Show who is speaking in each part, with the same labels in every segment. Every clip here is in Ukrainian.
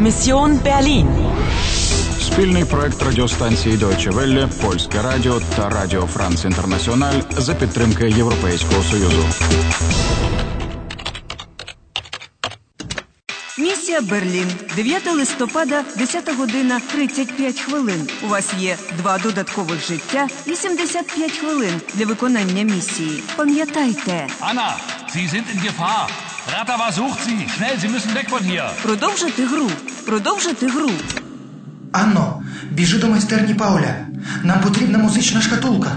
Speaker 1: Mission Berlin.
Speaker 2: Спільний проект радіостанції Deutsche Welle, Польське Радіо та Радіо Франц Інтернаціональ за підтримки Європейського Союзу.
Speaker 3: Місія Берлін. 9 листопада, 10 година 35 хвилин. У вас є два додаткових життя і 75 хвилин для виконання місії. Пам'ятайте,
Speaker 4: Anna, Sie sind in Gefahr. Ratawa sucht Sie. Schnell, Sie müssen weg von hier.
Speaker 3: продовжити гру. Продовжити гру.
Speaker 5: Анно, біжи до майстерні Пауля. Нам потрібна музична шкатулка.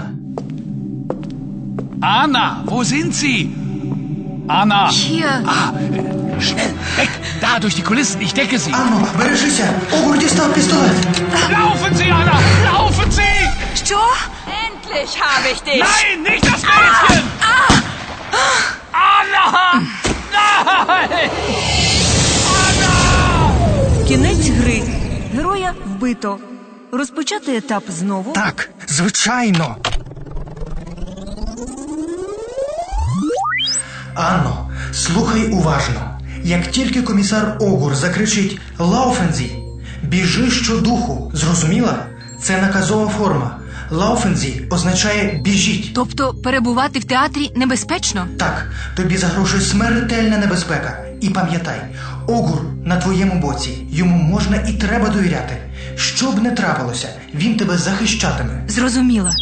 Speaker 4: Anna, wo sind Sie? Anna.
Speaker 6: Hier.
Speaker 4: Ah, äh, schnell, weg. Da, durch die Kulissen. Ich decke
Speaker 1: Ah.
Speaker 4: Sie.
Speaker 5: Анно, бережися! Огур дістав пістолет!
Speaker 4: Laufen Sie, Anna. Laufen Sie.
Speaker 3: Що?
Speaker 1: Endlich habe ich dich. Ah.
Speaker 4: Nein, nicht das Mädchen. Anna. Nein.
Speaker 3: Кінець гри. Героя вбито. Розпочати етап знову.
Speaker 5: Так, звичайно. Анно, слухай уважно. Як тільки комісар Огур закричить Лауфензі, біжи щодуху, зрозуміла? Це наказова форма. Лауфензі означає біжіть.
Speaker 6: Тобто перебувати в театрі небезпечно?
Speaker 5: Так, тобі загрожує смертельна небезпека. І пам'ятай, Огур на твоєму боці. Йому можна і треба довіряти. Що б не трапилося, він тебе захищатиме.
Speaker 6: Зрозуміла.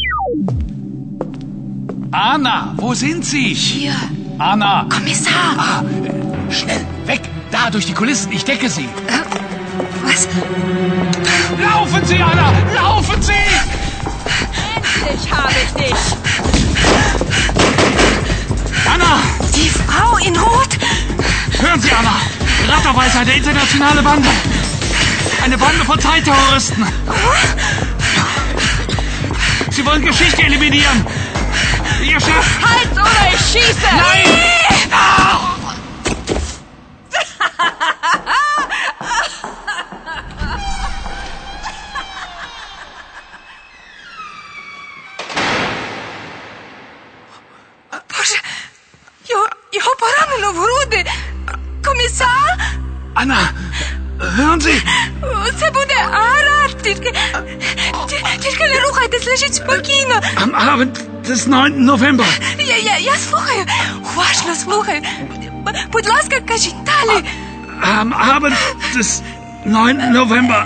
Speaker 4: Anna, wo sind Sie?
Speaker 6: Hier.
Speaker 4: Anna.
Speaker 6: Комісар!
Speaker 4: Ah, äh, schnell, weg. Da, durch die Kulissen. Ich decke Sie.
Speaker 6: Вас
Speaker 4: Laufen Sie, Anna. Laufen Sie.
Speaker 1: Endlich habe ich dich.
Speaker 4: Anna.
Speaker 6: ті фрау ін рот?
Speaker 4: Hören Sie, Anna! Rattaway ist eine internationale Bande. Eine Bande von Zeitterroristen. Sie wollen Geschichte eliminieren. Ihr Chef...
Speaker 1: Halt oder ich schieße.
Speaker 4: Nein! Ah!
Speaker 6: Боже, його, його поранено в груди. Комісар?
Speaker 4: Anna, hören Sie!
Speaker 6: Це буде арат. Тільки, ті- тільки не рухайтесь, лежіть спокійно.
Speaker 4: Am Abend des 9. November
Speaker 6: Я, я, я слухаю, уважно слухаю. Б- Будь ласка, кажіть далі.
Speaker 4: Am Abend des 9. November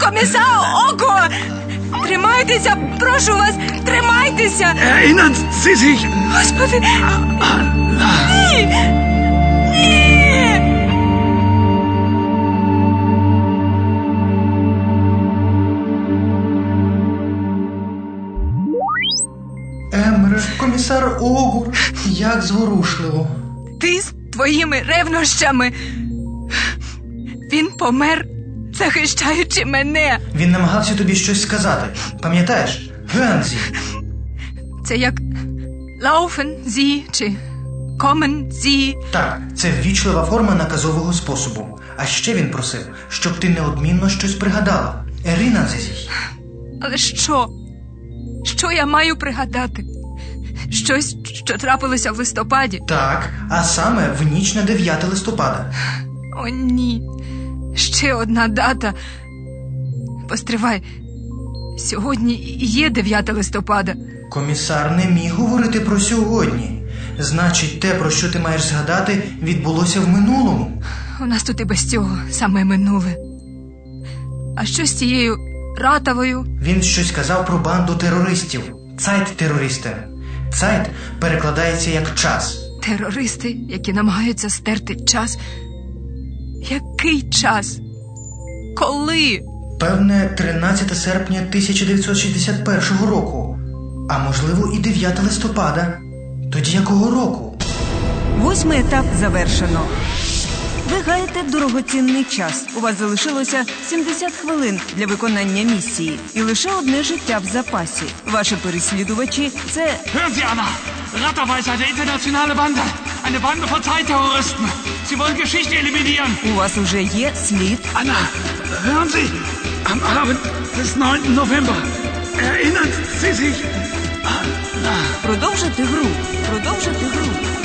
Speaker 6: Комісар Ого! Тримайтеся, прошу вас, тримайтеся!
Speaker 4: erinnern Sie sich
Speaker 6: Господи! Ні! Ні!
Speaker 5: Емре, комісар Огур, як зворушливо.
Speaker 6: Ти з твоїми ревнощами. Він помер, захищаючи мене.
Speaker 5: Він намагався тобі щось сказати. Пам'ятаєш? Гензі.
Speaker 6: Це як Лауфен зі чи Комен зі.
Speaker 5: Так, це ввічлива форма наказового способу. А ще він просив, щоб ти неодмінно щось пригадала. Еріна Зізі.
Speaker 6: Але що? Що я маю пригадати? Щось, що трапилося в листопаді.
Speaker 5: Так, а саме в ніч на 9 листопада.
Speaker 6: О, ні. Ще одна дата. Постривай. Сьогодні і є 9 листопада.
Speaker 5: Комісар не міг говорити про сьогодні. Значить, те, про що ти маєш згадати, відбулося в минулому.
Speaker 6: У нас тут і без цього саме минуле. А що з цією ратовою?
Speaker 5: Він щось казав про банду терористів. Цайт терористи. Цайт перекладається як час.
Speaker 6: Терористи, які намагаються стерти час. Який час? Коли?
Speaker 5: Певне, 13 серпня 1961 року, а можливо, і 9 листопада. Тоді якого року?
Speaker 3: Восьмий етап завершено. Ви гаєте дорогоцінний час. У вас залишилося 70 хвилин для виконання місії і лише одне життя в запасі. Ваші переслідувачі це
Speaker 4: Hören Sie, Anna! Rattaway ist eine internationale Bande. Eine Bande von Zeitterroristen. Sie wollen Geschichte eliminieren.
Speaker 3: у вас уже є слід.
Speaker 4: Anna, hören Sie! Am Abend des 9. November erinnern Sie sich
Speaker 3: Продовжити гру. Продовжити гру.